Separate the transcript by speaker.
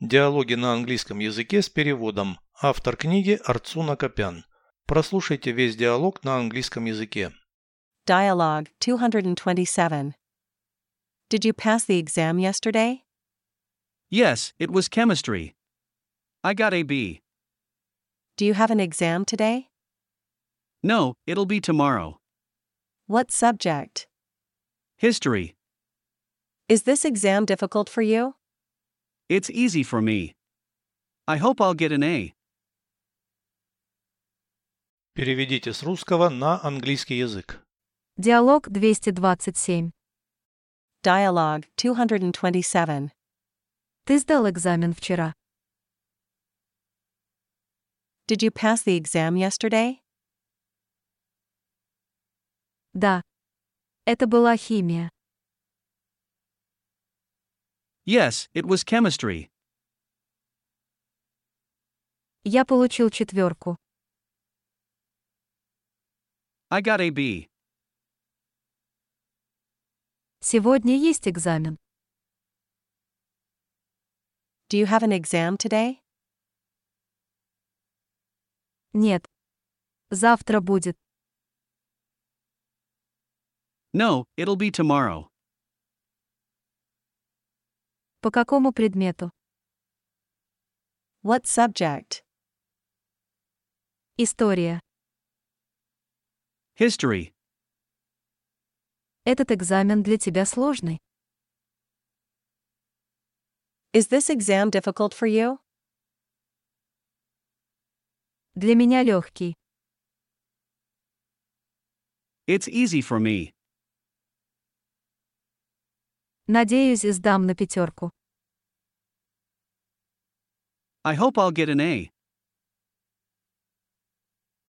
Speaker 1: Диалоги на английском языке с переводом. Автор книги Арцуна Копян. Прослушайте весь диалог на английском языке.
Speaker 2: Dialogue 227. Did you pass the exam yesterday?
Speaker 3: Yes, it was chemistry. I got a B.
Speaker 2: Do you have an exam today?
Speaker 3: No, it'll be tomorrow.
Speaker 2: What subject?
Speaker 3: History.
Speaker 2: Is this exam difficult for you?
Speaker 3: It's easy for me. I hope I'll get an A.
Speaker 1: Переведите с русского на английский язык.
Speaker 4: Диалог 227.
Speaker 2: Dialogue 227.
Speaker 4: Ты сдал экзамен вчера.
Speaker 2: Did you pass the exam yesterday?
Speaker 4: Да. Это была химия.
Speaker 3: Yes, it was chemistry.
Speaker 4: Я получил четверку.
Speaker 3: I got a B.
Speaker 4: Сегодня есть экзамен.
Speaker 2: Do you have an exam today?
Speaker 4: Нет. Завтра будет.
Speaker 3: No, it'll be tomorrow.
Speaker 4: По какому предмету?
Speaker 2: What subject?
Speaker 4: История.
Speaker 3: History.
Speaker 4: Этот экзамен для тебя сложный.
Speaker 2: Is this exam difficult for you?
Speaker 4: Для меня легкий.
Speaker 3: It's easy for me.
Speaker 4: Надеюсь, сдам на пятерку.
Speaker 3: I hope I'll get an A.